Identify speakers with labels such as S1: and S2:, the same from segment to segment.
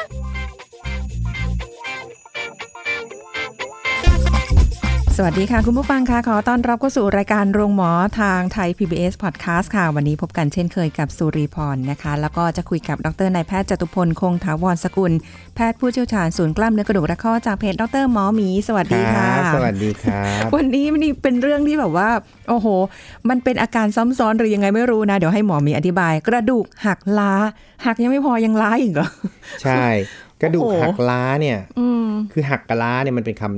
S1: ล
S2: สวัสดีค่ะ คุณผู้ฟังค่ะ ขอต้อนรับเข้าสู่รายการโรงหมอทางไทย PBS Podcast ค่ะ วันนี้พบกันเช่นเคยกับสุริพรนะคะ แล้วก็จะคุยกับดรนายแพทย์จตุพล คงถาวรสกุล แพทย์ผู้เชี่ยวชาญศูนย์กล้ามเนื้อกระดูกและข้อจากเพจดรหมอหมี สวัสดีค่ะ
S3: สวัสดีครับ
S2: วันนี้มันนี่เป็นเรื่องที่แบบว่า โอ้โห มันเป็นอาการซ้ำซ้อนหรือยังไงไม่รู้นะ เดี๋ยวให้หมอหมีอธิบาย กระดูกหักล้า หักยังไม่พอยังล้าอีกเหรอ
S3: ใช่ กระดูก
S2: โอ้โห
S3: หักล้าเนี่ย
S2: อืม
S3: คือหักกับล้าเนี่ยมันเป็นคำ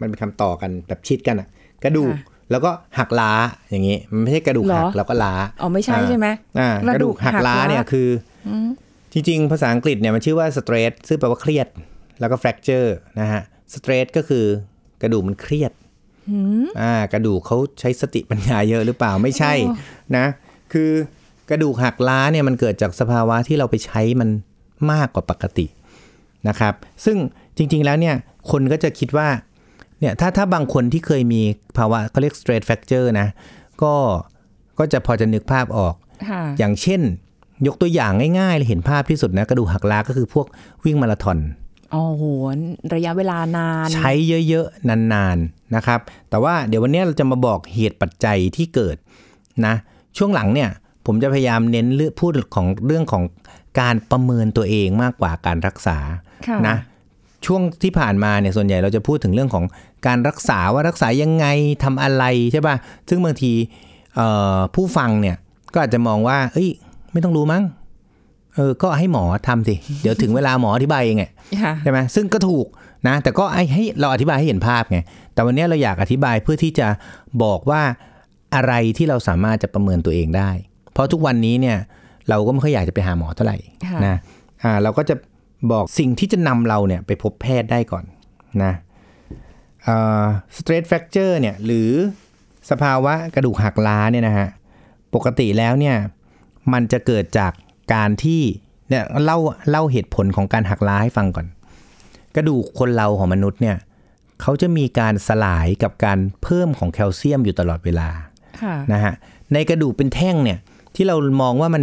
S3: มันเป็นคำต่อกันแบบชิดกันอะกระดูกแล้วก็หักล้าอย่างนี้มันไม่ใช่กระดูกหั
S2: เห
S3: ก
S2: รอ
S3: แล้วก็ล้า
S2: อ๋อไม่ใช่ใช่ไหม
S3: อ่าก ก
S2: ระ
S3: ระ
S2: ดู
S3: ดู
S2: ก
S3: ก
S2: หั
S3: หั
S2: ก
S3: กล้า
S2: ล้า
S3: เนี่ยคืออจริงๆภาษาอังกฤษเนี่ยมันชื่อว่า stress ซึ่งแปลว่าเครียด แล้วก็ fracture นะฮะ stress ก็คือกระดูกมันเครียดอ่ากระดูกเขาใช้สติปัญญาเยอะหรือเปล่าไม่ใช่นะ คือกระดูกหักล้าเนี่ยมันเกิดจากสภาวะที่เราไปใช้มันมากกว่าปกตินะครับ ซึ่งจริงๆแล้วเนี่ยคนก็จะคิดว่าเนี่ยถ้าถ้าบางคนที่เคยมีภาวะเขาเรียก stress fracture นะก็ก็จะพอจะนึกภาพออก
S2: ค่ะ
S3: อย่างเช่น ยกตัวอย่างง่ายๆเลยเห็นภาพที่สุดนะ กระดูกหักล้าก็คือพวกวิ่งมาราธอน
S2: อ๋อโหระยะเวลานาน
S3: ใช้เยอะๆ นานๆนะครับ แต่ว่าเดี๋ยววันนี้เราจะมาบอกเหตุปัจจัยที่เกิดนะ ช่วงหลังเนี่ย ผมจะพยายามเน้นเรื่องพูดของเรื่องของการประเมินตัวเองมากกว่าการรักษา
S2: ค่ะ
S3: นะช่วงที่ผ่านมาเนี่ยส่วนใหญ่เราจะพูดถึงเรื่องของการรักษาว่ารักษายังไงทำอะไรใช่ป่ะซึ่งบางทีเอ่อผู้ฟังเนี่ยก็อาจจะมองว่า เอ้ย ไม่ต้องรู้มั้งเออก็ให้หมอทำสิ เดี๋ยวถึงเวลาหมออธิบายเองไง
S2: ค่ะ
S3: ใช่ไหมซึ่งก็ถูกนะแต่ก็ไอ้ให้เราอธิบายให้เห็นภาพไงแต่วันนี้เราอยากอธิบายเพื่อที่จะบอกว่าอะไรที่เราสามารถจะประเมินตัวเองได้ เพราะทุกวันนี้เนี่ยเราก็ไม่ค่อยอยากจะไปหาหมอเท่าไหร่
S2: ค่ะ
S3: นะอ่าเราก็จะบอกสิ่งที่จะนำเราเนี่ยไปพบแพทย์ได้ก่อนนะสเตรทแฟกเจอร์เนี่ยหรือสภาวะกระดูกหักล้าเนี่ยนะฮะปกติแล้วเนี่ยมันจะเกิดจากการที่เนี่ยเล่าเล่าเหตุผลของการหักล้าให้ฟังก่อน กระดูกคนเราของมนุษย์เนี่ยเขาจะมีการสลายกับการเพิ่มของแคลเซียมอยู่ตลอดเวลา
S2: ค่ะ
S3: นะฮะในกระดูกเป็นแท่งเนี่ยที่เรามองว่ามัน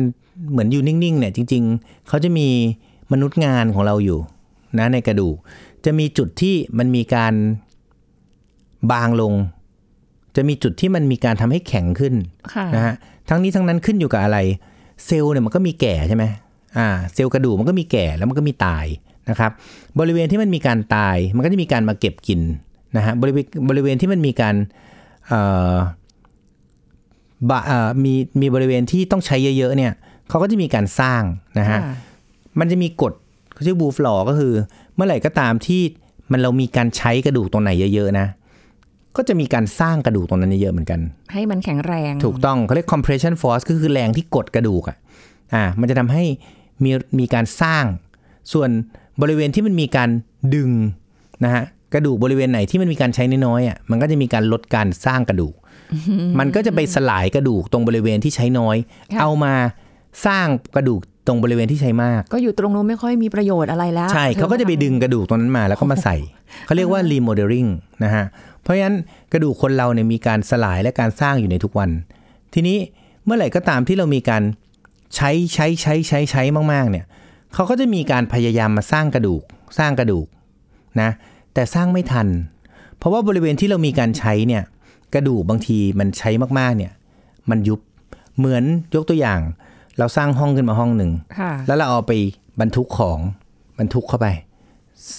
S3: เหมือนอยู่นิ่งๆเนี่ยจริงๆ เขาจะมีมนุษย์งานของเราอยู่นะในกระดูก จะมีจุดที่มันมีการบางลง จะมีจุดที่มันมีการทำให้แข็งขึ้น
S2: ค่ะ
S3: นะฮะทั้งนี้ทั้งนั้นขึ้นอยู่กับอะไร เซลล์เนี่ยมันก็มีแก่ใช่ไหมอ่าเซลล์กระดูกมันก็มีแก่แล้วมันก็มีตายนะครับ บริเวณที่มันมีการตายมันก็จะมีการมาเก็บกินนะฮะบริเวณบริเวณที่มันมีการเอ่อ บะเอ่อมีมีบริเวณที่ต้องใช้เยอะๆเนี่ยเขาก็จะมีการสร้างนะฮะ มันจะมีกฎเขาชื่อบูฟลอก็คือ เมื่อไหร่ก็ตามที่มันเรามีการใช้กระดูกตรงไหนเยอะๆนะ ก็จะมีการสร้างกระดูกตรงนั้นเยอะๆเหมือนกัน
S2: ให้มันแข็งแรง
S3: ถูกต้องเขาเรียก compression force ก็คือแรงที่กดกระดูกอ่ะอ่ามันจะทำให้มีมีการสร้าง ส่วนบริเวณที่มันมีการดึงนะฮะกระดูกบริเวณไหนที่มันมีการใช้น้อยๆอ่ะมันก็จะมีการลดการสร้างกระดูก มันก็จะไปสลายกระดูกตรงบริเวณที่ใช้น้อย เอามาสร้างกระดูกตรงบริเวณที่ใช้มาก
S2: ก็อยู่ตรงนู้นไม่ค่อยมีประโยชน์อะไรแล้ว
S3: ใช่เขาก็จะไปดึงกระดูกตรงนั้นมาแล้วก็มาใส่ เขาเรียกว่า remodeling นะฮะ เพราะฉะนั้นกระดูกคนเราเนี่ยมีการสลายและการสร้างอยู่ในทุกวัน ทีนี้เมื่อไหร่ก็ตามที่เรามีการใช้ใช้ใช้ใช้ใช้มากๆ เนี่ยเขาก็จะมีการพยายามมาสร้างกระดูกสร้างกระดูกนะ แต่สร้างไม่ทัน เพราะว่าบริเวณที่เรามีการใช้เนี่ยกระดูกบางทีมันใช้มากๆ เนี่ยมันยุบ เหมือนยกตัวอย่าง เราสร้างห้องขึ้นมาห้องหนึ่ง
S2: ค่ะ
S3: แล้วเราเอาไปบรรทุกของบรรทุกเข้าไปส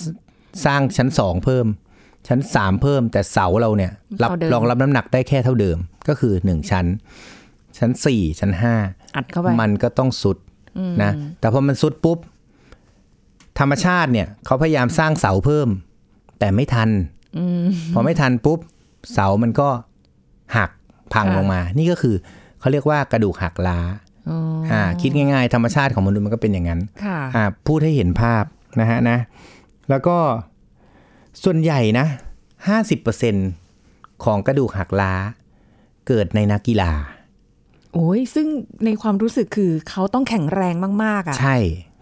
S3: สร้างชั้นสองเพิ่ม ชั้นสามเพิ่ม แต่เสาเราเนี่ยรับรองรับน้ำหนักได้แค่เท่าเดิมก็คือหนึ่งชั้น ชั้นสี่ชั้นห้า
S2: อัดเข้าไป
S3: มันก็ต้องสุดนะ แต่พอมันสุดปุ๊บ ธรรมชาติเนี่ยเขาพยายามสร้างเสาเพิ่ม แต่ไม่ทันพอไม่ทันปุ๊บ เสามันก็หักพัง
S2: ค่ะ
S3: ลงมา นี่ก็คือเขาเรียกว่ากระดูกหักล้า
S2: อ๋อ
S3: อ่าคิดง่ายๆ ธรรมชาติของมนุษย์มันก็เป็นอย่างนั้น
S2: ค่ะ
S3: อ่าพูดให้เห็นภาพนะฮะนะ แล้วก็ ส่วนใหญ่นะ 50%ของกระดูกหักล้า เกิดในนักกีฬา
S2: โอ้ยซึ่งในความรู้สึกคือเขาต้องแข็งแรงมากๆอ่ะ
S3: ใช่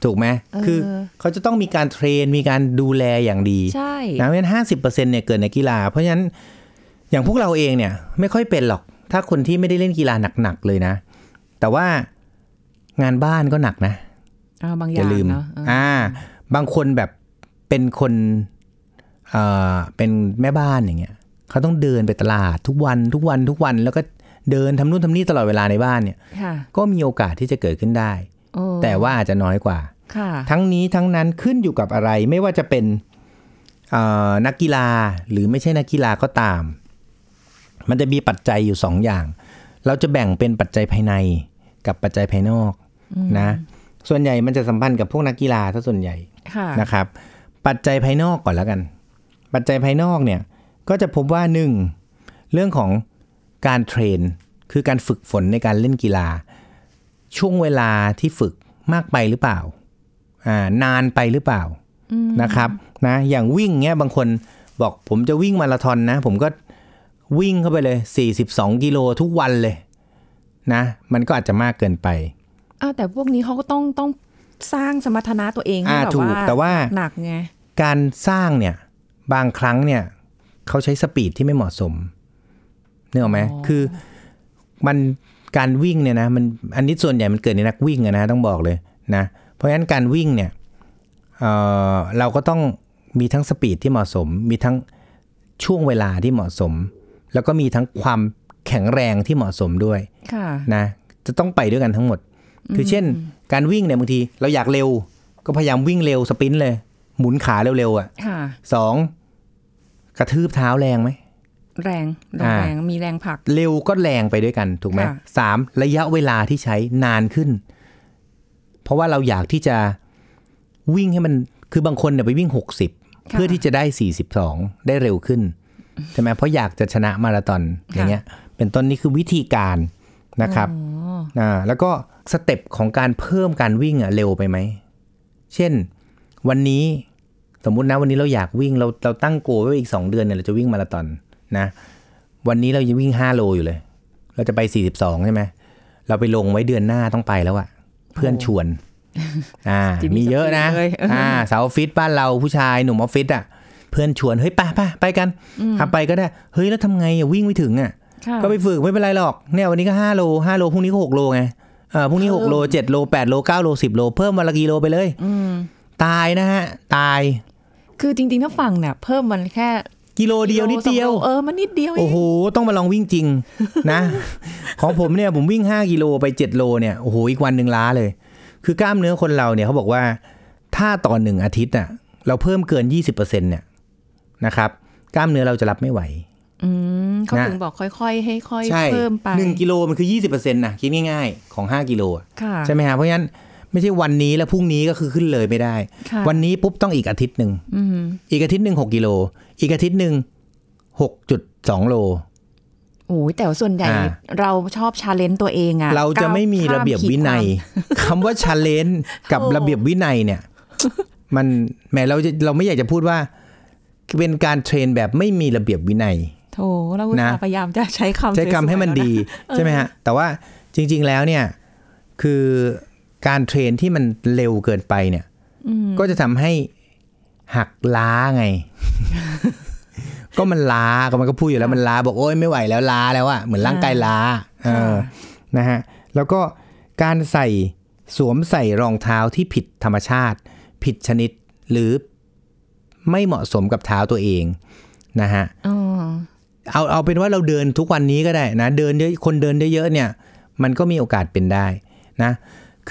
S3: ถูกไหม
S2: เออ
S3: คือเขาจะต้องมีการเทรน มีการดูแลอย่างดี
S2: ใช่
S3: นะเพราะฉะนั้นห้าสิบเปอร์เซ็นเนี่ยเกิดในกีฬา เพราะฉะนั้นอย่างพวกเราเองเนี่ยไม่ค่อยเป็นหรอก ถ้าคนที่ไม่ได้เล่นกีฬาหนัก ๆ เลยนะ แต่ว่างานบ้านก็หนักนะ
S2: อ่าบางอ
S3: อย่า
S2: ย่าง
S3: ลืม
S2: เนาะเอออ
S3: อ่า บางคนแบบเป็นคนเอ่อเป็นแม่บ้านอย่างเงี้ยเขาต้องเดินไปตลาดทุกวันทุกวันทุกวันแล้วก็เดินทำนู่นทำนี่ตลอดเวลาในบ้านเนี่ย
S2: ค่ะ
S3: ก็มีโอกาสที่จะเกิดขึ้นได้
S2: โอ้
S3: แต่ว่าอาจจะน้อยกว่า
S2: ค่ะ
S3: ทั้งนี้ทั้งนั้นขึ้นอยู่กับอะไรไม่ว่าจะเป็นเอ่อนักกีฬาหรือไม่ใช่นักกีฬาก็ตาม มันจะมีปัจจัยอยู่สองอย่าง เราจะแบ่งเป็นปัจจัยภายในกับปัจจัยภายนอกนะส่วนใหญ่มันจะสัมพันธ์กับพวกนักกีฬาถ้าส่วนใหญ่
S2: ค่ะ
S3: นะครับ ปัจจัยภายนอกก่อนแล้วกัน ปัจจัยภายนอกเนี่ยก็จะพบว่าหนึ่งเรื่องของการเทรน คือการฝึกฝนในการเล่นกีฬา ช่วงเวลาที่ฝึกมากไปหรือเปล่า อ่านานไปหรือเปล่านะครับนะอย่างวิ่งเงี้ยบางคนบอกผมจะวิ่งมาราธอนนะ ผมก็วิ่งเข้าไปเลย 42 กิโลทุกวันเลยนะมันก็อาจจะมากเกินไป
S2: อ้าวแต่พวกนี้เขาก็ต้องต้องสร้างสมรรถนะตัวเองให้
S3: อ่า
S2: แบบ
S3: ถูก
S2: ว่า
S3: แต่ว่า
S2: หนักไง
S3: การสร้างเนี่ยบางครั้งเนี่ยเขาใช้สปีดที่ไม่เหมาะสมเนี่ยหรอกไหมคือมันการวิ่งเนี่ยนะมันอันนี้ส่วนใหญ่มันเกิดในนักวิ่งอะนะต้องบอกเลยนะเพราะฉะนั้นการวิ่งเนี่ยเอ่อเราก็ต้องมีทั้งสปีดที่เหมาะสม มีทั้งช่วงเวลาที่เหมาะสม แล้วก็มีทั้งความแข็งแรงที่เหมาะสมด้วย
S2: ค่ะ
S3: นะจะต้องไปด้วยกันทั้งหมด คือเช่น การวิ่งเนี่ยบางทีเราอยากเร็ว ก็พยายามวิ่งเร็วสปรินต์เลย หมุนขาเร็วๆอ่ะ
S2: ค่ะ
S3: สองกระทืบเท้าแรงไหม
S2: แรง
S3: อ่า
S2: แรงมีแรงผลัก
S3: เร็วก็แรงไปด้วยกันถูกไหม
S2: ค่ะ
S3: สามระยะเวลาที่ใช้นานขึ้น เพราะว่าเราอยากที่จะวิ่งให้มันคือบางคนเนี่ยไปวิ่งหกสิบเพื่อที่จะได้สี่สิบสองได้เร็วขึ้นใช่ไหมเพราะอยากจะชนะมาราธอนอย่างเงี้ย เป็นต้นนี่คือวิธีการนะครับ
S2: อ๋อ
S3: อ่าแล้วก็สเต็ปของการเพิ่มการวิ่งอะเร็วไปไหม เช่น วันนี้สมมุตินะวันนี้เราอยากวิ่งเราเราตั้งโกลไว้ว่าอีก 2 เดือนเนี่ยเราจะวิ่งมาราธอนนะ วันนี้เรายังวิ่ง 5 โลอยู่เลย เราจะไป 42 ใช่ไหมเราไปลงไว้เดือนหน้าต้องไปแล้วอะเพื่อนชวนอ่ า
S2: จิมมี่
S3: มีเยอะนะ
S2: สปีดเลย
S3: อ่าสาวออฟฟิศบ้านเราผู้ชายหนุ่มออฟฟิศอะเพื่อนชวนเฮ้ยไปไปไปกันอ่ะไปก็ได้เฮ้ยแล้วทำไงอะวิ่งไม่ถึงอะ
S2: ค่ะ
S3: ก็ไปฝึกไม่เป็นไรหรอกเนี่ยวันนี้ก็5โล5โลพรุ่งนี้ก็6โลไงเออพรุ่งนี้6โล7โล8โล9โล10โลเพิ่มวันละกิโลไปเลยตายนะฮะ ตาย
S2: คือจริงๆถ้าฟังเนี่ยเพิ่มมันแค่
S3: กิโลเดียวนิดเดียว
S2: สองโลเออมันนิดเดียวเอ
S3: โอ้
S2: ง
S3: โห ต้องมาลองวิ่งจริง นะ ของผมเนี่ยผมวิ่ง 5 กิโลไป 7 โลเนี่ยโอ้โหอีกวันหนึ่งล้าเลย คือกล้ามเนื้อคนเราเนี่ยเขาบอกว่าถ้าต่อหนึ่งอาทิตย์น่ะเราเพิ่มเกิน 20%เนี่ยนะครับกล้ามเนื้อเราจะรับไม่ไหว
S2: อืมเขา
S3: นะ
S2: ถึงบอกค่อยๆ ให้ค่อย
S3: ใช่
S2: เพิ่มไป
S3: หนึ่งกิโลมันคือ 20%นะคิดง่ายๆ ของ 5 กิโลอะ
S2: ค่ะ
S3: ใช่ไหมฮะเพราะฉะนั้นไม่ใช่วันนี้แล้วพรุ่งนี้ก็คือขึ้นเลยไม่ได้
S2: ค่ะ
S3: วันนี้ปุ๊บต้องอีกอาทิตย์หนึ่ง
S2: อืม
S3: อีกอาทิตย์หนึ่งหกกิโล อีกอาทิตย์หนึ่งหกจุดสองโล
S2: โอ้ยแต่ว่าส่วนใหญ่
S3: อ่า
S2: เราชอบชาเลนจ์ตัวเองอะ
S3: เราจะไม่มี
S2: ก้าวข้า
S3: ระเบียบวินัย
S2: ขีด
S3: คำว่าชาเลนจ์กับระเบียบวินัยเนี่ย มันแหมเราจะเราไม่อยากจะพูดว่า เป็นการเทรนแบบไม่มีระเบียบวินัย
S2: ความโถเราอุตส่าห์
S3: นะ
S2: พยายามจะใช้คำ
S3: ใช้คำให้มัน
S2: สวยๆแล้วะ
S3: ดีใช่ไหมฮะ แต่ว่าจริง ๆแล้วเนี่ยคือการเทรนที่มันเร็วเกินไปเนี่ยก็จะทำให้หักล้าไง ก็มันล้าก็มันก็พูดอยู่แล้วมันล้าบอกโอ้ยไม่ไหวแล้วล้าแล้วอะเหมือนร่างกายล้าเออนะฮะแล้วก็การใส่สวมใส่รองเท้าที่ผิดธรรมชาติ ผิดชนิดหรือไม่เหมาะสมกับเท้าตัวเองนะฮะ
S2: อ๋อ
S3: เอาเอาเป็นว่าเราเดินทุกวันนี้ก็ได้นะ เดินเยอะคนเดินเยอะๆเนี่ย มันก็มีโอกาสเป็นได้นะ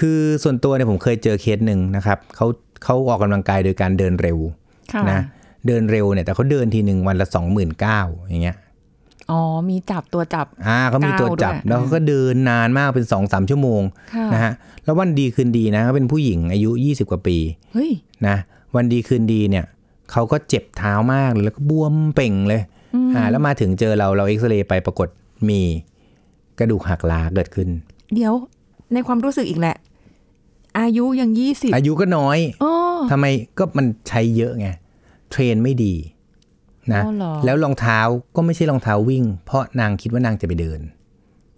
S3: คือส่วนตัวเนี่ยผมเคยเจอเคสหนึ่งนะครับเขาเขาออกกำลังกายโดยการเดินเร็ว
S2: ค่ะ
S3: นะเดินเร็วเนี่ยแต่เขาเดินทีหนึ่งวันละ 2 9 0 0 0อย่างเงี้ย
S2: อ๋อมีจับตัวจับ
S3: อ่าเขามีตัวจับ
S2: ก้าวด้วย
S3: แล้วเขาก็เดินนานมากเป็น 2-3สามชั่วโมง
S2: ค่ะ
S3: นะฮะแล้ววันดีคืนดีนะเขาเป็นผู้หญิงอายุ 20 กว่าปี
S2: เฮ้ย
S3: นะวันดีคืนดีเนี่ยเขาก็เจ็บเท้ามากเลยแล้วก็บวมเป่งเลยอ่าแล้วมาถึงเจอเราเราเอ็กซเรย์ไปปรากฏมีกระดูกหักล้าเกิดขึ้น
S2: เดี๋ยวในความรู้สึกอีกแหละ อายุยังยี่สิบ
S3: อายุก็น้อย
S2: โอ้
S3: ทำไมก็มันใช้เยอะไง เทรนไม่ดี นะ
S2: อ๋อเหรอ
S3: แล้วรองเท้าก็ไม่ใช่รองเท้าวิ่ง เพราะนางคิดว่านางจะไปเดิน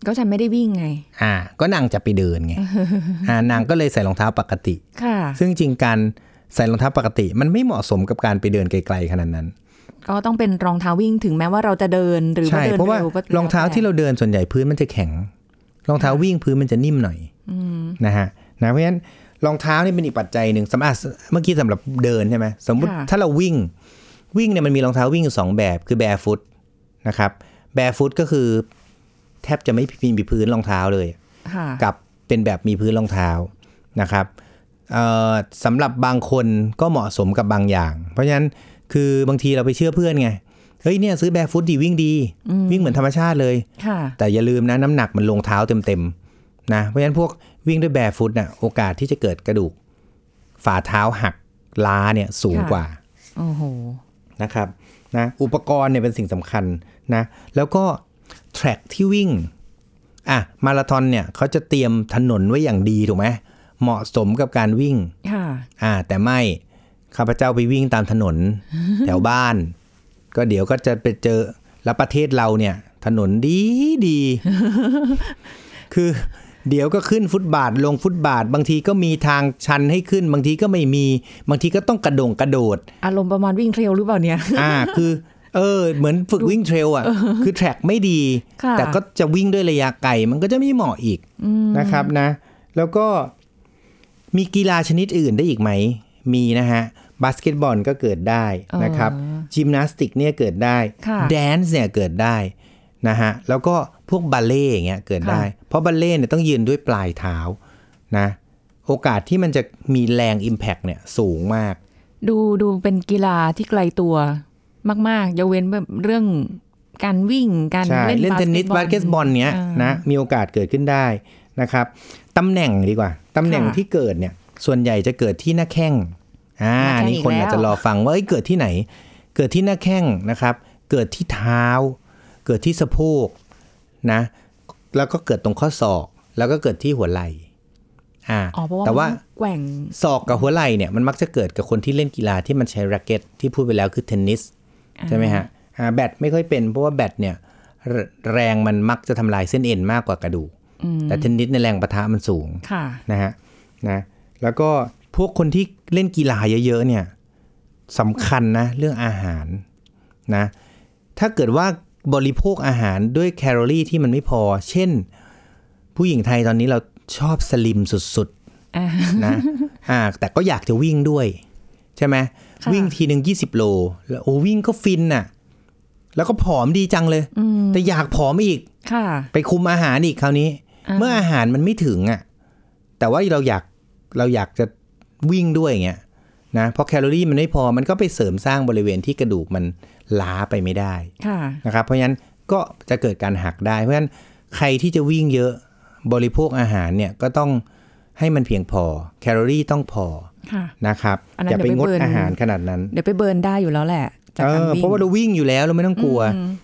S2: ก็ฉันไม่ได้วิ่งไง
S3: อ่า ก็นางจะไปเดิน ไง อ่านางก็เลยใส่รองเท้าปกติ
S2: ค่ะ
S3: ซึ่งจริงการใส่รองเท้าปกติ มันไม่เหมาะสมกับการไปเดินไกลๆขนาดนั้น
S2: ก็ต้องเป็นรองเท้าวิ่งถึงแม้ว่าเราจะเดินหรือว่า
S3: ใช่
S2: เดิน
S3: เพราะว่า
S2: เร็วก็
S3: รองเท้าที่เราเดินส่วนใหญ่พื้นมันจะแข็ง รองเท้าวิ่งพื้นมันจะนิ่มหน่อยนะฮะนะเพราะฉะนั้นรองเท้านี่เป็นอีกปัจจัยหนึ่งสำหรับเมื่อกี้สำหรับเดินใช่ไหมสมมติถ้าเราวิ่งวิ่งเนี่ยมันมีรองเท้าวิ่งอยู่สองแบบคือแบร์ฟุตนะครับแบร์ฟุตก็คือแทบจะไม่มีพื้นรองเท้าเลย
S2: ค่ะ
S3: กับเป็นแบบมีพื้นรองเท้านะครับเอ่อสำหรับบางคนก็เหมาะสมกับบางอย่าง เพราะฉะนั้นคือบางทีเราไปเชื่อเพื่อนไง เฮ้ยเนี่ยซื้อแบร์ฟุตดีวิ่งดี วิ่งเหมือนธรรมชาติเลย
S2: ค่ะ
S3: แต่อย่าลืมนะน้ำหนักมันลงเท้าเต็มๆนะเพราะฉะนั้นพวกวิ่งด้วยแบร์ฟุตน่ะโอกาสที่จะเกิดกระดูก ฝ่าเท้าหักล้าเนี่ยสูง
S2: ค่ะ
S3: กว่า
S2: โอ้โห
S3: นะครับนะอุปกรณ์เนี่ยเป็นสิ่งสำคัญนะแล้วก็แทร็กที่วิ่งอ่ะมาราธอนเนี่ยเขาจะเตรียมถนนไว้อย่างดีถูกไหมเหมาะสมกับการวิ่ง
S2: ค่ะ
S3: อ่าแต่ไม่ข้าพเจ้าไปวิ่งตามถนน แถวบ้าน ก็เดี๋ยวก็จะไปเจอแล้วประเทศเราเนี่ย ถนนดีดี คือเดี๋ยวก็ขึ้นฟุตบาทลงฟุตบาท บางทีก็มีทางชันให้ขึ้น บางทีก็ไม่มีบางทีก็ต้องกระโดงกระโดด
S2: อารมณ์ประมาณวิ่งเทรลหรือเปล่าเนี่ย
S3: อ่า คือเออเหมือนฝึกวิ่งเทรลอ่ะ คือแทร็กไม่ดี
S2: ค่ะ
S3: แต่ก็จะวิ่งด้วยระยะไกลมันก็จะไม่เหมาะอีกนะครับนะ แล้วก็มีกีฬาชนิดอื่นได้อีกไหม มีนะฮะ บาสเกตบอลก็เกิดได้นะครับจิมนาสติกเนี่ยเกิดได้
S2: ค่ะ
S3: แดนซ์เนี่ยเกิดได้นะฮะแล้วก็พวกบัลเล่ต์อย่างเงี้ยเกิดได้ เพราะบัลเล่ต์เนี่ยต้องยืนด้วยปลายเท้านะโอกาสที่มันจะมีแรง Impact เนี่ยสูงมาก
S2: ดูดูเป็นกีฬาที่ไกลตัวมากๆยกเว้นแบบเรื่องการวิ่งการ
S3: ใช่
S2: เล่น
S3: เล่นเทนนิสบาสเกตบอลเนี้ย
S2: า
S3: นะมีโอกาสเกิดขึ้นได้นะครับตำแหน่งดีกว่าตำแหน่ง
S2: ค่ะ
S3: ที่เกิดเนี่ยส่วนใหญ่จะเกิดที่หน้าแข้งอ่า
S2: หน้าแข้ง
S3: นี่คน
S2: อีกแล้ว
S3: อาจจะรอฟังว่าเอ้ยเกิดที่ไหน เกิดที่หน้าแข้งนะครับ เกิดที่เท้า เกิดที่สะโพกนะแล้วก็เกิดตรงข้อศอก แล้วก็เกิดที่หัวไหล่อ่า
S2: อ๋อเพราะว่า
S3: แต่ว่า
S2: มันแกว่ง
S3: ศอกกับหัวไหล่เนี่ยมันมักจะเกิดกับคนที่เล่นกีฬาที่มันใช้แร็กเก็ตที่พูดไปแล้วคือเทนนิสใช่ไหมฮะอ่าแบดไม่ค่อยเป็นเพราะว่าแบดเนี่ยแรแรงมันมักจะทำลายเส้นเอ็นมากกว่ากระดูกแต่เทนนิสในยแรงปะทะมันสูง
S2: ค่ะ
S3: นะฮะนะแล้วก็พวกคนที่เล่นกีฬาเยอะๆเนี่ยสำคัญนะเรื่องอาหารนะถ้าเกิดว่าบริโภคอาหารด้วยแคลอรี่ที่มันไม่พอ เช่น ผู้หญิงไทยตอนนี้เราชอบสลิมสุดๆ
S2: อ่า
S3: นะอ่าแต่ก็อยากจะวิ่งด้วย ใช่ไหมวิ่งทีหนึ่งยี่สิบโล แล้วโอ้วิ่งก็ฟินน่ะ แล้วก็ผอมดีจังเลย แต่อยากผอมอีก
S2: ค่ะ
S3: ไปคุมอาหารอีกคราวนี้ เมื่ออาหารมันไม่ถึงอ่ะ แต่ว่าเราอยากเราอยากจะวิ่งด้วยอย่างเงี้ยนะเพราะแคลอรี่มันไม่พอมันก็ไปเสริมสร้างบริเวณที่กระดูกมันล้าไปไม่ได้
S2: ค่ะ
S3: นะครับเพราะฉะนั้นก็จะเกิดการหักได้ เพราะฉะนั้นใครที่จะวิ่งเยอะบริโภคอาหารเนี่ยก็ต้องให้มันเพียงพอ แคลอรี่ต้องพอ
S2: ค่ะ
S3: นะครับ
S2: อันนั้น
S3: อย่าไป
S2: เดี๋ยว
S3: ง
S2: ไป
S3: ด
S2: เบิร์น
S3: อาหารขนาดนั้น
S2: เดี๋ยวไปเบิร์นได้อยู่แล้วแหละจาก
S3: เอ
S2: การ
S3: อ
S2: วิ่ง
S3: เพราะว่าเราวิ่งอยู่แล้วเราไม่ต้องกลัว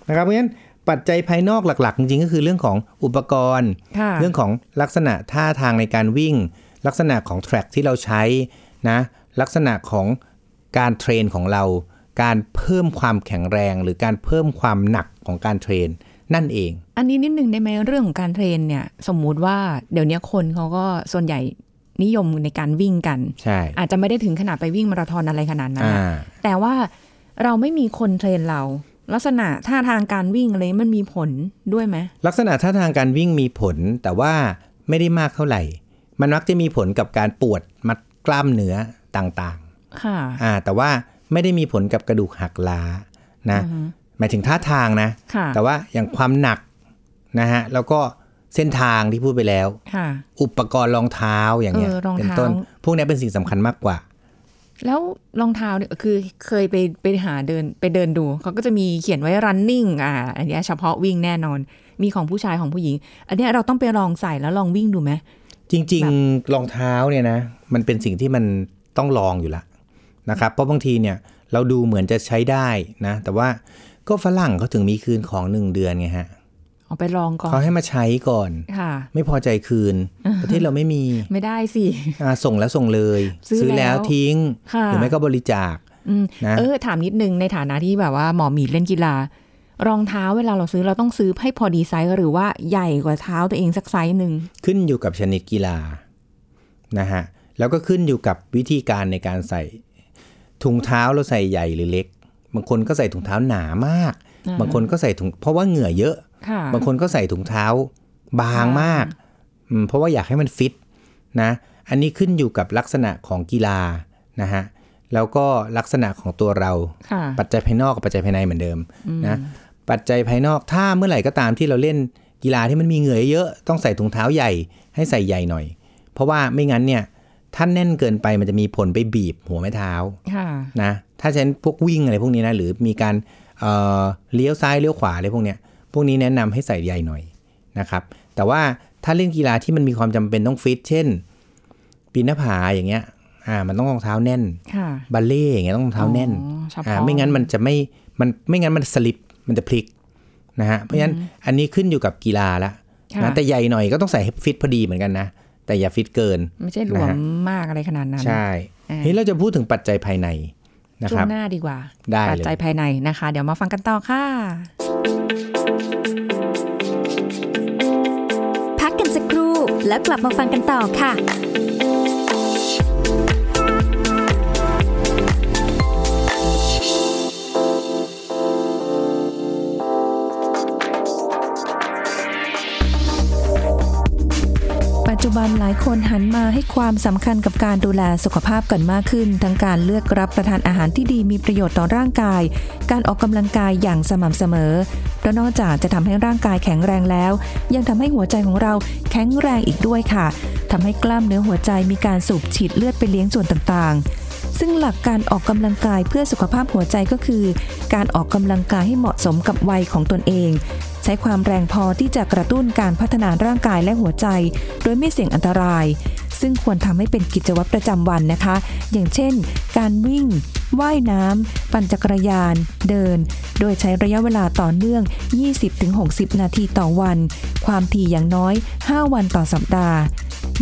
S3: นะครับเพราะฉะนั้นปัจจัยภายนอกหลักๆ จริงๆก็คือเรื่องของอุปกรณ์
S2: ค่ะ
S3: เรื่องของลักษณะท่าทางในการวิ่ง ลักษณะของแทร็กที่เราใช้นะลักษณะของการเทรนของเรา การเพิ่มความแข็งแรง หรือการเพิ่มความหนักของการเทรน นั่นเอง
S2: อันนี้นิดนึงได้ไหมเรื่องของการเทรนเนี่ย สมมุติว่าเดี๋ยวนี้คนเขาก็ส่วนใหญ่นิยมในการวิ่งกัน
S3: ใช่
S2: อาจจะไม่ได้ถึงขนาดไปวิ่งมาราธอนอะไรขนาดนั้น
S3: อ่า
S2: นะแต่ว่าเราไม่มีคนเทรนเรา ลักษณะท่าทางการวิ่งอะไรมันมีผลด้วยไหม
S3: ลักษณะท่าทางการวิ่งมีผลแต่ว่าไม่ได้มากเท่าไหร่ มันมักจะมีผลกับการปวดมัดกล้ามเนื้อต่าง
S2: ค่ะ
S3: ๆ อ่า แต่ว่าไม่ได้มีผลกับกระดูกหักล้านะหมายถึงท่าทางนะ
S2: ค่ะ
S3: แต่ว่าอย่างความหนักนะฮะแล้วก็เส้นทางที่พูดไปแล้ว
S2: ค่ะ
S3: อุปกรณ์รองเท้าอย่างเงี้ย
S2: เออรอง
S3: เป็น
S2: เท้า
S3: ต้น พวกเนี้ยเป็นสิ่งสำคัญมากกว่า
S2: แล้วรองเท้าเนี่ยคือเคยไปไปหาเดินไปเดินดู เขาก็จะมีเขียนไว้ running อ่า อันเนี้ยเฉพาะวิ่งแน่นอน มีของผู้ชายของผู้หญิง อันเนี้ยเราต้องไปลองใส่แล้วลองวิ่งดูไหม
S3: จริงๆรองเท้าเนี่ยนะมันเป็นสิ่งที่มันต้องลองอยู่ละนะครับเพราะบางทีเนี่ยเราดูเหมือนจะใช้ได้นะ แต่ว่าก็ฝรั่งเขาถึงมีคืนของหนึ่งเดือนไงฮะ
S2: เอาไปลองก่อ
S3: เขา
S2: น
S3: ให้มาใช้ก่อน
S2: ค่ะ
S3: ไม่พอใจคืน ประเทศเราไม่มี
S2: ไม่ได้สิ
S3: อ่าส่งแล้วส่งเลย
S2: ซื้อแล้ว
S3: ทิ้ง
S2: ค่ะ
S3: หรือไม่ก็บริจาค
S2: อืม
S3: นะ
S2: เออถามนิดนึงในฐานะที่แบบว่าหมอหมีเล่นกีฬา รองเท้าเวลาเราซื้อเราต้องซื้อให้พอดีไซส์หรือว่าใหญ่กว่าเท้าตัวเองสักไซส์หนึ่ง
S3: ขึ้นอยู่กับชนิดกีฬานะฮะแล้วก็ขึ้นอยู่กับวิธีการในการใส่ถุงเท้าเราใส่ใหญ่หรือเล็ก บางคนก็ใส่ถุงเท้าหนามาก
S2: อ่
S3: บางคนก็ใส่ถุงเพราะว่าเหงื่อเยอะ
S2: ค่ะ
S3: บางคนก็ใส่ถุงเท้าบางมากอืมเพราะว่าอยากให้มันฟิตนะอันนี้ขึ้นอยู่กับลักษณะของกีฬานะฮะแล้วก็ลักษณะของตัวเรา
S2: ค่ะ
S3: ปัจจัยภายนอกกับปัจจัยภายในเหมือนเดิมนะปัจจัยภายนอกถ้าเมื่อไหร่ก็ตามที่เราเล่นกีฬาที่มันมีเหงื่อเยอะต้องใส่ถุงเท้าใหญ่ให้ใส่ใหญ่หน่อย เพราะว่าไม่งั้นเนี่ยถ้าแน่นเกินไปมันจะมีผลไปบีบหัวแม่เท้า
S2: ค่ะ
S3: นะถ้าเช่นพวกวิ่งอะไรพวกนี้นะหรือมีการเอ่อเลี้ยวซ้ายเลี้ยวขวาอะไรพวกเนี้ยพวกนี้แนะนำให้ใส่ใหญ่หน่อยนะครับแต่ว่าถ้าเล่นกีฬาที่มันมีความจำเป็นต้องฟิตเช่นปีนหน้าผาอย่างเงี้ยอ่ามันต้องรองเท้าแน่น
S2: ค่ะ
S3: บัลเล่ต์อย่างเงี้ยต้องรองเท้าแน่น
S2: อ๋อเฉ
S3: อ่า
S2: พาะ
S3: ไม่งั้นมันจะไม่ มันไม่งั้นมันสลิป มันจะพลิกนะฮะ เพราะฉะนั้นอันนี้ขึ้นอยู่กับกีฬาละ
S2: ค่ะ
S3: นะแต่ใหญ่หน่อยก็ต้องใส่ให้ฟิตพอดีเหมือนกันนะ แต่อย่าฟิตเกิน
S2: ไม่ใช่หลวม
S3: นะฮะ
S2: มากอะไรขนาดนั้น
S3: ใช่
S2: อ่า
S3: ทีนี้เราจะพูดถึงปัจจัยภายในนะ
S2: ช่
S3: คว รั
S2: ง
S3: บ
S2: หน้าดีกว่า
S3: ได้
S2: ปัจ
S3: เลย
S2: จัยภายในนะคะ เดี๋ยวมาฟังกันต่อค่ะ
S1: พักกันสักครู่แล้วกลับมาฟังกันต่อค่ะ
S4: ปัจจุบันหลายคนหันมาให้ความสำคัญกับการดูแลสุขภาพกันมากขึ้น ทั้งการเลือกรับประทานอาหารที่ดีมีประโยชน์ต่อร่างกาย การออกกำลังกายอย่างสม่ำเสมอเพราะนอกจากจะทำให้ร่างกายแข็งแรงแล้ว ยังทำให้หัวใจของเราแข็งแรงอีกด้วยค่ะทำให้กล้ามเนื้อหัวใจมีการสูบฉีดเลือดไปเลี้ยงส่วนต่างๆ ซึ่งหลักการออกกำลังกายเพื่อสุขภาพหัวใจก็คือ การออกกำลังกายให้เหมาะสมกับวัยของตนเอง ใช้ความแรงพอที่จะกระตุ้นการพัฒนาร่างกายและหัวใจ โดยไม่เสี่ยงอันตราย ซึ่งควรทำให้เป็นกิจวัตรประจำวันนะคะ อย่างเช่น การวิ่ง ว่ายน้ำ ปั่นจักรยาน เดิน โดยใช้ระยะเวลาต่อเนื่อง 20-60 นาทีต่อวัน ความถี่อย่างน้อย 5 วันต่อสัปดาห์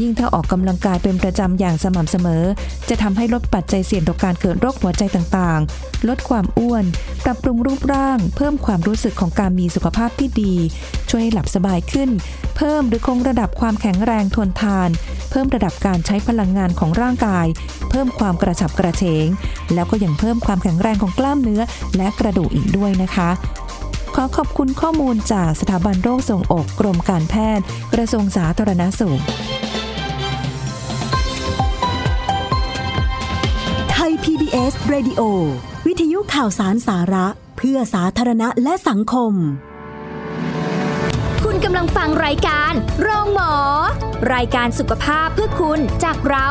S4: ยิ่งถ้าออกกำลังกายเป็นประจำอย่างสม่ำเสมอ จะทำให้ลดปัจจัยเสี่ยงต่อการเกิดโรคหัวใจต่างๆ ลดความอ้วน ปรับปรุงรูปร่าง เพิ่มความรู้สึกของการมีสุขภาพที่ดี ช่วยให้หลับสบายขึ้น เพิ่มหรือคงระดับความแข็งแรงทนทาน เพิ่มระดับการใช้พลังงานของร่างกาย เพิ่มความกระฉับกระเฉง แล้วก็ยังเพิ่มความแข็งแรงของกล้ามเนื้อ และกระดูกอีกด้วยนะคะ ขอขอบคุณข้อมูลจากสถาบันโรคทรงอกกรมการแพทย์ กระทรวงสาธารณสุข
S5: ไทย PBS Radio วิทยุข่าวสารสาระ เพื่อสาธารณะและสังคม
S1: คุณกำลังฟังรายการโรงหมอ รายการสุขภาพเพื่อคุณจากเรา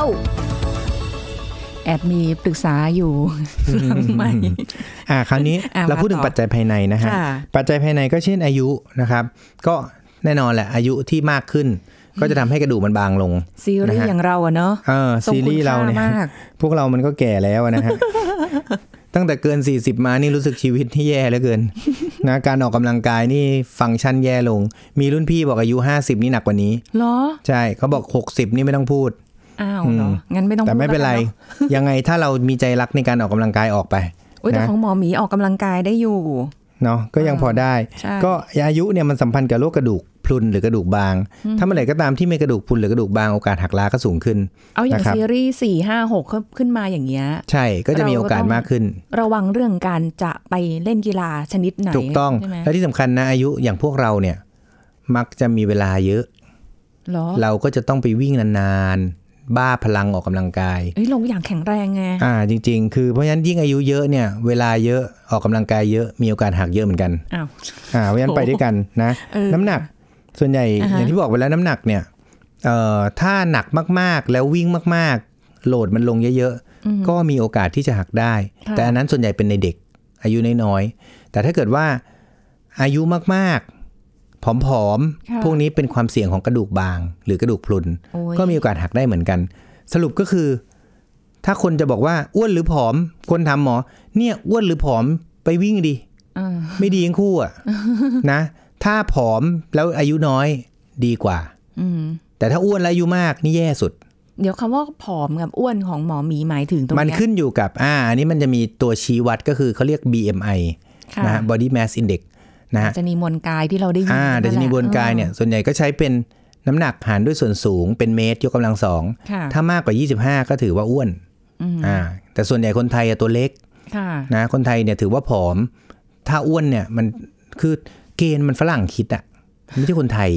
S2: แอบมีปรึกษาอยู่ หลังใหม่
S3: อ่าคราวนี้
S2: อ่ะ
S3: เราพูดถึง
S2: มาต่อ
S3: ปัจจัยภายในนะฮะ
S2: ค่ะ
S3: ปัจจัยภายในก็เช่นอายุนะครับ ก็แน่นอนแหละอายุที่มากขึ้น ก็จะทำให้กระดูกมันบางลง
S2: ซีรี
S3: นะ
S2: ส์
S3: ฮะ
S2: อย่างเราอะเนาะ
S3: เออซีรีส์เราเนี่ย
S2: ทงคุณค่มาก
S3: พวกเรามันก็แก่แล้ว นะฮะ ตั้งแต่เกิน 40 มานี่รู้สึกชีวิตที่แย่เหลือเกิน นะการออกกำลังกายนี่ฟังก์ชันแย่ลง มีรุ่นพี่บอกอายุ 50 นี่หนักกว่านี้
S2: เหรอ
S3: ใช่เขาบอก 60 นี่ไม่ต้องพูด
S2: อ้าวเหรอ
S3: อืม
S2: งั้นไม่ต้อง
S3: แต่ไม่เป็นไร
S2: พูดแล้วกัอะ
S3: ยังไงถ้าเรามีใจรักในการออกกำลังกายออกไป
S2: อุ้ยแต่
S3: นะ
S2: ของหมอหมีออกกำลังกายได้อยู่
S3: เนาะก็ยังพอได้
S2: ใช่
S3: ก็อายุเนี่ยมันสัมพันธ์กับโรคกระดูกพรุนหรือกระดูกบาง ถ้าเมื่อไหร่ก็ตามที่มีกระดูกพรุนหรือกระดูกบางโอกาสหักล้าก็สูงขึ้น
S2: เอาอย่าง
S3: นะครับ
S2: ซีรีส์สี่ห้าหกขึ้นมาอย่างเงี้ย
S3: ใช่ก็จะมีโอกาสมากขึ้น
S2: ระวังเรื่องการจะไปเล่นกีฬาชนิดไหน
S3: ถูกต้อง
S2: ใช่ไหม
S3: และที่สำคัญนะอายุอย่างพวกเราเนี่ย มักจะมีเวลาเยอะ
S2: เหรอ
S3: เราก็จะต้องไปวิ่งนานๆ บ้าพลังออกกำลังกาย
S2: เอ้ยเราอยากแข็งแรงไง
S3: อ่าจริง ๆ คือเพราะฉะนั้นยิ่งอายุเยอะเนี่ยเวลาเยอะออกกำลังกายเยอะมีโอกาสหักเยอะเหมือนกัน
S2: อ้าว
S3: อ่าเพราะฉะนั้นไปด้วยกันนะ
S2: เออ
S3: น้ำหนักส่วนใหญ่
S2: อ่าฮะ
S3: อย่างที่บอกไปแล้วน้ำหนักเนี่ยเอ่อถ้าหนักมากๆแล้ววิ่งมากๆ โหลดมันลงเยอะๆ ก็มีโอกาสที่จะหักได้ แต่อันนั้นส่วนใหญ่เป็นในเด็กอายุน้อยๆแต่ถ้าเกิดว่าอายุมากๆผอม
S2: ค่ะ
S3: ๆพวกนี้เป็นความเสี่ยงของกระดูกบาง หรือกระดูกพรุน
S2: โอ้ย
S3: ก็มีโอกาสหักได้เหมือนกัน สรุปก็คือ ถ้าคนจะบอกว่าอ้วนหรือผอม คนถามหมอ เนี่ยอ้วนหรือผอมไปวิ่งดิ
S2: อ่า
S3: ไม่ดีทั้งคู่อะ นะ ถ้าผอมแล้วอายุน้อยดีกว่า
S2: อืม
S3: แต่ถ้าอ้วนแล้วอายุมากนี่แย่สุด
S4: เดี๋ยวคำว่าผอมกับอ้วนของหมอหมีหมายถึงตรง
S3: มัน
S4: เนี้ย
S3: ขึ้นอยู่กับอ่าอันนี้มันจะมีตัวชี้วัดก็คือเขาเรียก BMI
S4: ค่ะ
S3: นะฮะ body mass index นะฮะ
S4: จะมีมวลกายที่เราได้ยิน
S3: อ่าดัชนี
S4: แหละ
S3: มวลกายเนี่ย ส่วนใหญ่ก็ใช้เป็นน้ำหนักหารด้วยส่วนสูงเป็นเมตรยกกำลังสอง
S4: ค่ะ
S3: ถ้ามากกว่า 25 ก็ถือว่าอ้วนอ่าแต่ส่วนใหญ่คนไทยอะตัวเล็ก
S4: ค่ะ
S3: นะ คนไทยเนี่ยถือว่าผอม ถ้าอ้วนเนี่ยมันคือเกณฑ์มันฝรั่งคิดอะไม่ใช่คน ไทย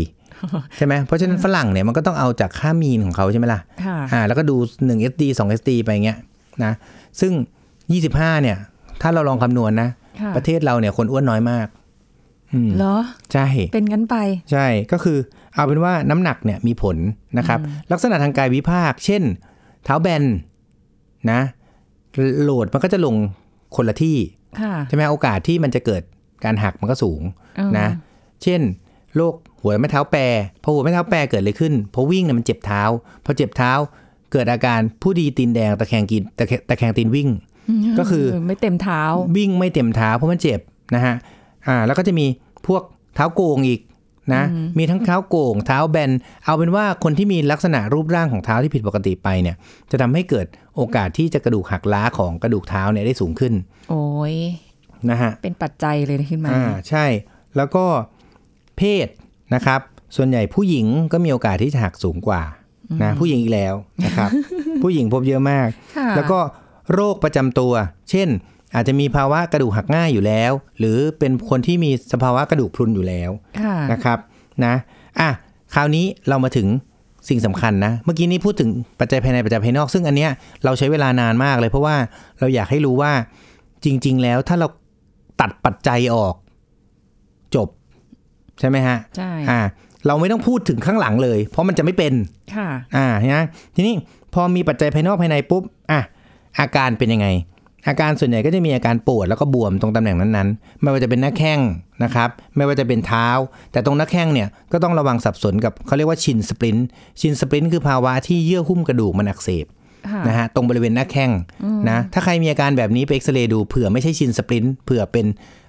S3: ใช่ไหมเพราะฉะนั้นฝรั่งเนี่ยมันก็ต้องเอาจากค่ามีนของเขาใช่ไหมล่ะ
S4: ค่ะ
S3: อ่าแล้วก็ดู 1 SD 2 SD ไปอย่างเงี้ยนะซึ่ง 25 เนี่ย ถ้าเราลองคำนวณนะ
S4: ค่ะ
S3: ประเทศเราเนี่ยคนอ้วนน้อยมาก อืม
S4: เหรอ
S3: ใช่
S4: เป็นงั้นไป
S3: ใช่ก็คือเอาเป็นว่าน้ำหนักเนี่ยมีผลนะครับ ลักษณะทางกายวิภาค เช่น เท้าแบนนะโหลดมันก็จะลงคนละที่
S4: ค่ะ
S3: ใช่ไหมโอกาสที่มันจะเกิดการหักมันก็สูง
S4: อ่าน
S3: นะ เช่นโรคหัวไม่เท้าแปรพอหัวไม่เท้าแปรเกิดอะไรขึ้นพอวิ่งเนี่ยมันเจ็บเท้าพอเจ็บเท้า เกิดอาการผู้ดีตีนแดงตะแคงกินตะแคงตะแคงตีนวิ่ง ก็คือ
S4: ไม่เต็มเท้า
S3: วิ่งไม่เต็มเท้าเพราะมันเจ็บนะฮะ อ่า แล้วก็จะมีพวกเท้าโกงอีกนะ มีทั้งเท้าโกง เท้าแบน เอาเป็นว่าคนที่มีลักษณะรูปร่างของเท้าที่ผิดปกติไปเนี่ย จะทำให้เกิดโอกาสที่จะกระดูกหักล้าของกระดูกเท้าเนี่ยได้สูงขึ้น
S4: โอ้ย
S3: นะฮะ
S4: เป็นปัจจัยเลยขึ้นมา
S3: อ่า ใช่ แล้วก็เพศนะครับ ส่วนใหญ่ผู้หญิงก็มีโอกาสที่จะหักสูงกว่านะผู้หญิงอีกแล้วนะครับ ผู้หญิงพบเยอะมาก
S4: ค่ะ
S3: แล้วก็โรคประจำตัว เช่น อาจจะมีภาวะกระดูกหักง่ายอยู่แล้ว หรือเป็นคนที่มีสภาวะกระดูกพรุนอยู่แล้ว
S4: ค่ะ
S3: นะครับนะอ่ะคราวนี้เรามาถึงสิ่งสำคัญนะ เมื่อกี้นี้พูดถึงปัจจัยภายในปัจจัยภายนอก ซึ่งอันเนี้ยเราใช้เวลานานมากเลย เพราะว่าเราอยากให้รู้ว่าจริง ๆ แล้วถ้าเราตัดปัจจัยออก จบ ใช่ไหมฮะ
S4: ใช่
S3: อ่า เราไม่ต้องพูดถึงข้างหลังเลย เพราะมันจะไม่เป็น
S4: ค่ะ
S3: อ่านะทีนี้พอมีปัจจัยภายนอกภายในปุ๊บอ่ะอาการเป็นยังไง อาการส่วนใหญ่ก็จะมีอาการปวดแล้วก็บวมตรงตำแหน่งนั้นๆ ไม่ว่าจะเป็นหน้าแข้งนะครับไม่ว่าจะเป็นเท้า แต่ตรงหน้าแข้งเนี่ยก็ต้องระวังสับสนกับเขาเรียกว่าชินสปรินต์ชินสปรินต์คือภาวะที่เยื่อหุ้มกระดูกมันอักเสบ
S4: ค่ะ
S3: นะฮะตรงบริเวณหน้าแข้งนะถ้าใครมีอาการแบบนี้ไปเอ็กซเรย์ดูเผื่อไม่ใช่ชินสปรินต์เผื่อเป็น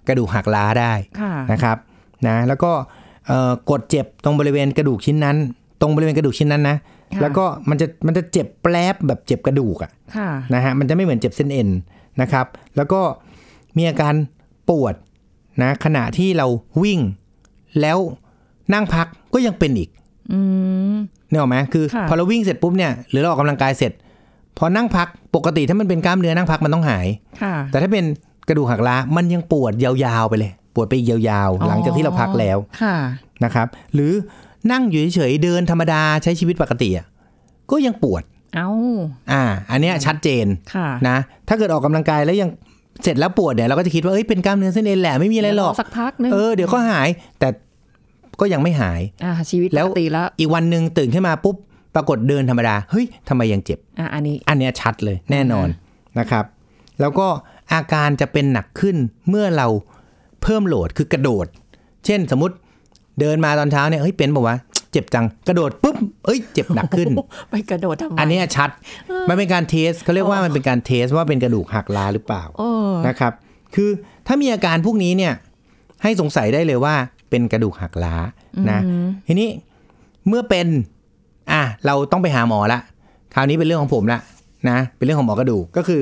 S3: กระดูกหักล้าได้
S4: ค่ะ
S3: นะครับนะแล้วก็เอ่อกดเจ็บตรงบริเวณกระดูกชิ้นนั้น ตรงบริเวณกระดูกชิ้นนั้นนะ
S4: ค่ะ
S3: แล้วก็มันจะมันจะเจ็บแปลบแบบเจ็บกระดูกอะ
S4: ค่ะ
S3: นะฮะมันจะไม่เหมือนเจ็บเส้นเอ็นนะครับ แล้วก็มีอาการปวดนะขณะที่เราวิ่ง แล้วนั่งพักก็ยังเป็นอีก
S4: อืม
S3: เนี่ยหรอกไหมคือ
S4: ค่ะ
S3: พอเราวิ่งเสร็จปุ๊บเนี่ยหรือเราออกกำลังกายเสร็จ พอนั่งพักปกติถ้ามันเป็นกล้ามเนื้อนั่งพักมันต้องหาย
S4: ค่ะ
S3: แต่ถ้าเป็นกระดูกหักล้ามันยังปวดยาวๆไปเลย ปวดไปอีกยาวๆ หลังจากที่เราพักแล้ว
S4: ค่ะ
S3: นะครับหรือนั่งอยู่เฉยๆเดินธรรมดาใช้ชีวิตปกติอ่ะก็ยังปวด
S4: เอ้า
S3: อ่าอันเนี้ยชัดเจน
S4: ค่ะ
S3: นะถ้าเกิดออกกำลังกายแล้วยังเสร็จแล้วปวดเนี่ยเราก็จะคิดว่าเอ้ยเป็นกล้ามเนื้อเส้นเอ็นแหละไม่มีอะไรหรอก
S4: สักพักหนึง
S3: เออเดี๋ยวก็หายแต่ก็ยังไม่หาย
S4: อ่าชีวิต
S3: แล้ว
S4: ปกติแล้ว
S3: อีกวันหนึ่งตื่นขึ้นมาปุ๊บปรากฏเดินธรรมดาเฮ้ยทำไมยังเจ็บ
S4: อ่าอันนี้
S3: อันเนี้ยชัดเลยแน่นอนนะครับ แล้วก็อาการจะเป็นหนักขึ้นเมื่อเราเพิ่มโหลดคือกระโดด เช่นสมมติเดินมาตอนเช้าเนี่ยเฮ้ยเป็นบอกว่าวะเจ็บจังกระโดดปุ๊บเอ้ยเจ็บหนักขึ้ น
S4: ไปกระโดดทำไม
S3: อั
S4: อั
S3: นเนี้ยชัดมันเป็นการเทสเขาเรียกว่ามันเป็นการเทสว่าเป็นกระดูกหักล้าหรือเปล่า
S4: โอ้
S3: นะครับ คือถ้ามีอาการพวกนี้เนี่ยให้สงสัยได้เลยว่าเป็นกระดูกหักล้านะทีนี้เมื่อเป็นอ่ะเราต้องไปหาหมอละคราวนี้เป็นเรื่องของผมละนะเป็นเรื่องของหมอกระดูกก็คือ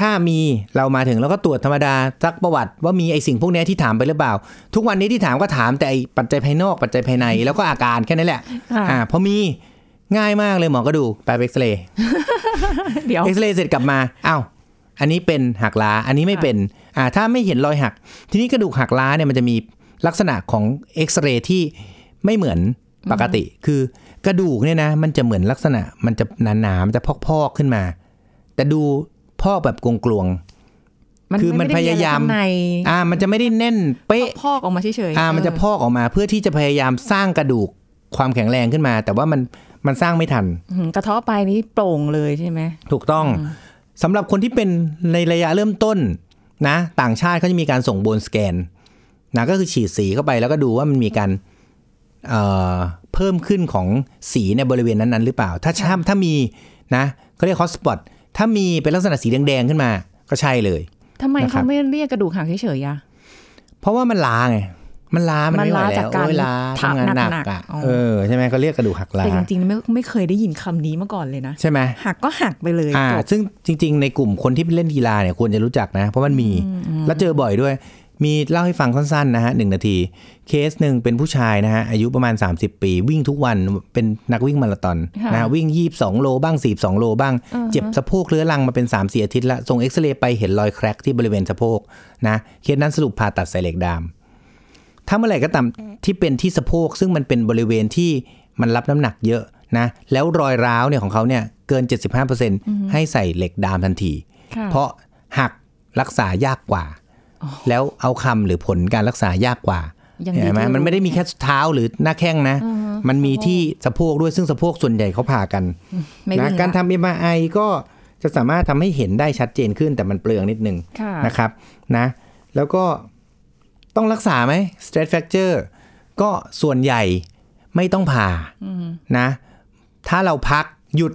S3: ถ้ามีเรามาถึงแล้วก็ตรวจธรรมดาซักประวัติว่ามีไอสิ่งพวกเนี้ยที่ถามไปหรือเปล่า ทุกวันนี้ที่ถามก็ถามแต่ไอ้ปัจจัยภายนอกปัจจัยภายใน แล้วก็อาการแค่นั้นแหละ
S4: ค่ะ
S3: อ่าพอมีง่ายมากเลยหมอกระดูกไปเอ็กซเรย์
S4: เดี๋ยว
S3: เอ็กซเรย์เสร็จกลับมาอ้าวอันนี้เป็นหักล้า อันนี้ไม่เป็น อ่า ถ้าไม่เห็นรอยหัก ทีนี้กระดูกหักล้าเนี่ยมันจะมีลักษณะของเอ็กซเรย์ที่ไม่เหมือนปกติ คือกระดูกเนี่ยนะ มันจะเหมือนลักษณะ มันจะหนาๆ มันจะพอกๆขึ้นมา แต่ดูพอกแบบกลวง คือมันพยายามๆ
S4: ไได้อะไรข้ง
S3: อ่า มันจะไม่ได้แน่น
S4: ใน
S3: เป๊ะ
S4: พอกออกมาเฉยๆ
S3: อ่า มันจะพอกออกมา เพื่อที่จะพยายามสร้างกระดูกความแข็งแรงขึ้นมา แต่ว่ามัน มันสร้างไม่ทัน
S4: อืมกระเทาะไปนี่โปร่งเลยใช่ไหม
S3: ถูกต้องสำหรับคนที่เป็นในระยะเริ่มต้นนะต่างชาติเขาจะมีการส่งโบนสแกนนะก็คือฉีดสีเข้าไปแล้วก็ดูว่ามันมีการเอ่อเพิ่มขึ้นของสีในบริเวณนั้นๆ หรือเปล่า ถ้าถ้าถ้ามีนะเขาเรียกฮอตสปอตถ้ามีเป็นลักษณะสีแดงๆขึ้นมาก็ใช่เลย
S4: ทำไม
S3: นะครับ
S4: เขาไม่เรียกกระดูกหักเฉยๆอะ
S3: เพราะว่ามันล้าไง มันล้ามัน
S4: มัน
S3: ไม่ไหว
S4: ล้า
S3: แล้
S4: จาก
S3: ว
S4: การ
S3: โอ้ยล้า
S4: ทำ
S3: ทำงานหนัก
S4: หนักๆ
S3: อ่ะ
S4: อ๋อ
S3: เออใช่ไหมเขาเรียกกระดูกหักล้า
S4: แต่จริงๆไม่ไม่เคยได้ยินคำนี้มาก่อนเลยนะ
S3: ใช่ไหม
S4: หักก็หักไปเลย
S3: อ่า
S4: จบ
S3: ซึ่งจริง ๆ ในกลุ่มคนที่เล่นกีฬาเนี่ยควรจะรู้จักนะ เพราะมันมีแล้วเจอบ่อยด้วย มีเล่าให้ฟังสั้นๆนะฮะหนึ่งนาที เคสหนึ่งเป็นผู้ชายนะฮะอายุประมาณ 30 ปี วิ่งทุกวันเป็นนักวิ่งมาราธอนนะฮะวิ่ง 22 โลบ้าง 42 โลบ้าง เจ็บสะโพกเรื้อรังมาเป็น 3 4 อาทิตย์ละส่งเอ็กซเรย์ไปเห็นรอยแครกที่บริเวณสะโพกนะเคสนั้นสรุปผ่าตัดใส่เหล็กดาม ถ้าเมื่อไหร่ก็ตามที่เป็นที่สะโพกซึ่งมันเป็นบริเวณที่มันรับน้ำหนักเยอะนะแล้วรอยร้าวเนี่ยของเขาเนี่ยเกิน 75%ให้ใส่เหล็กดามทันที
S4: ค่ะ
S3: เพราะหักรักษายากกว่า แล้วเอาคำหรือผลการรักษายากกว่า
S4: ยังดี
S3: เห็นไหม
S4: ที่
S3: มันไม่ได้มีแค่เท้าหรือหน้าแข้งนะ มันมีที่สะโพกด้วยซึ่งสะโพกส่วนใหญ่เขาผ่ากัน
S4: ไม่
S3: นะ
S4: วิ่ง
S3: การ
S4: ละ
S3: ทำ MRI ก็จะสามารถทำให้เห็นได้ชัดเจนขึ้นแต่มันเปลืองนิดนึง
S4: ค่ะ
S3: นะครับนะแล้วก็ต้องรักษาไหม stress fracture ก็ส่วนใหญ่ไม่ต้องผ่านะถ้าเราพักหยุด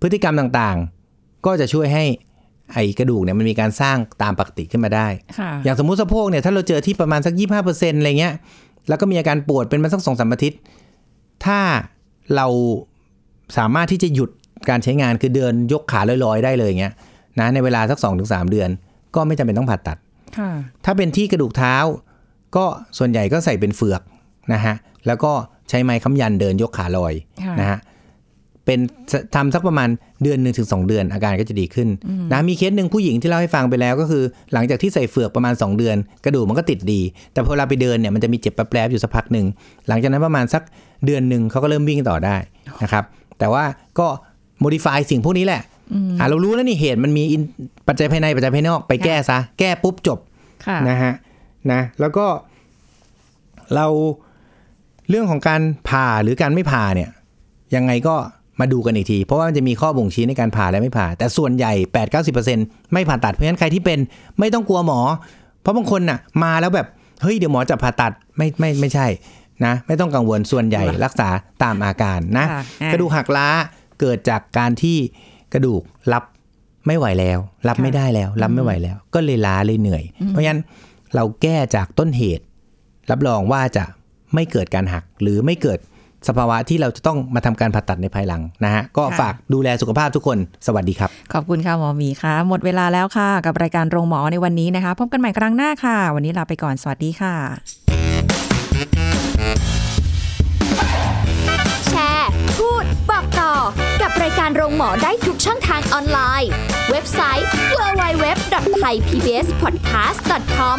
S3: พฤติกรรมต่างๆ ก็จะช่วยให้ไอกระดูกเนี่ยมันมีการสร้างตามปกติขึ้นมาได้
S4: ค่ะ
S3: อย่างสมมุติสะโพกเนี่ยถ้าเราเจอที่ประมาณสัก 25%อะไรเงี้ยแล้วก็มีอาการปวดเป็นมาสักสองสามอาทิตย์ ถ้าเราสามารถที่จะหยุดการใช้งานคือเดินยกขาลอยๆ ได้เลยเงี้ยนะในเวลาสัก 2-3 เดือน ก็ไม่จำเป็นต้องผ่าตัด
S4: ค่ะ
S3: ถ้าเป็นที่กระดูกเท้า ก็ส่วนใหญ่ก็ใส่เป็นเฟือกนะฮะแล้วก็ใช้ไม้ค้ำยันเดินยกขาลอย
S4: ค่ะ
S3: นะฮะเป็นสทำสักประมาณเดือนหนึ่งถึงสองเดือนอาการก็จะดีขึ้นนะมีเคสหนึ่งผู้หญิงที่เล่าให้ฟังไปแล้วก็คือ หลังจากที่ใส่เฟือกประมาณ 2 เดือน กระดูกมันก็ติดดี แต่พอเวลาไปเดินเนี่ยมันจะมีเจ็บแปลบๆอยู่สักพักหนึ่งหลังจากนั้นประมาณสักเดือนหนึ่งเขาก็เริ่มวิ่งต่อได้นะครับแต่ว่าก็ modify สิ่งพวกนี้แหละอ่ะเรารู้แล้วนี่เหตุมันมี in- ปัจจัยภายในปัจจัยภายนอกไปแก้ซะแก้ปุ๊บจบ
S4: ค่ะ
S3: นะฮะนะแล้วก็เราเรื่องของการผ่าหรือการไม่ผ่าเนี่ยยังไงก็มาดูกันอีกที เพราะว่ามันจะมีข้อบ่งชี้ในการผ่าและไม่ผ่า แต่ส่วนใหญ่ 8-90%ไม่ผ่าตัดเพราะฉะนั้นใครที่เป็นไม่ต้องกลัวหมอ เพราะบางคนน่ะมาแล้วแบบเฮ้ยเดี๋ยวหมอจะผ่าตัดไม่ไม่ไม่ใช่นะไม่ต้องกังวลส่วนใหญ่รักษาตามอาการนะ
S4: ค่ะอ่ะ
S3: กระดูกหักล้าเกิดจากการที่กระดูกรับไม่ไหวแล้ว รับไม่ได้แล้ว รับไม่ไหวแล้ว ก็เลยล้าเลยเหนื่อย เพราะฉะนั้นเราแก้จากต้นเหตุ รับรองว่าจะไม่เกิดการหัก หรือไม่เกิดสภาวะที่เราจะต้องมาทำการผ่าตัดในภายหลังนะฮะก็
S4: ค่ะ
S3: ฝากดูแลสุขภาพทุกคนสวัสดีครับ
S4: ขอบคุณค่ะหมอหมีค่ะ หมดเวลาแล้วค่ะ กับรายการโรงหมอในวันนี้นะคะ พบกันใหม่ครั้งหน้าค่ะ วันนี้ลาไปก่อน สวัสดีค่ะ
S1: แชร์ พูด บอกต่อ กับรายการโรงหมอได้ทุกช่องทางออนไลน์ เว็บไซต์ www.thaipbspodcast.com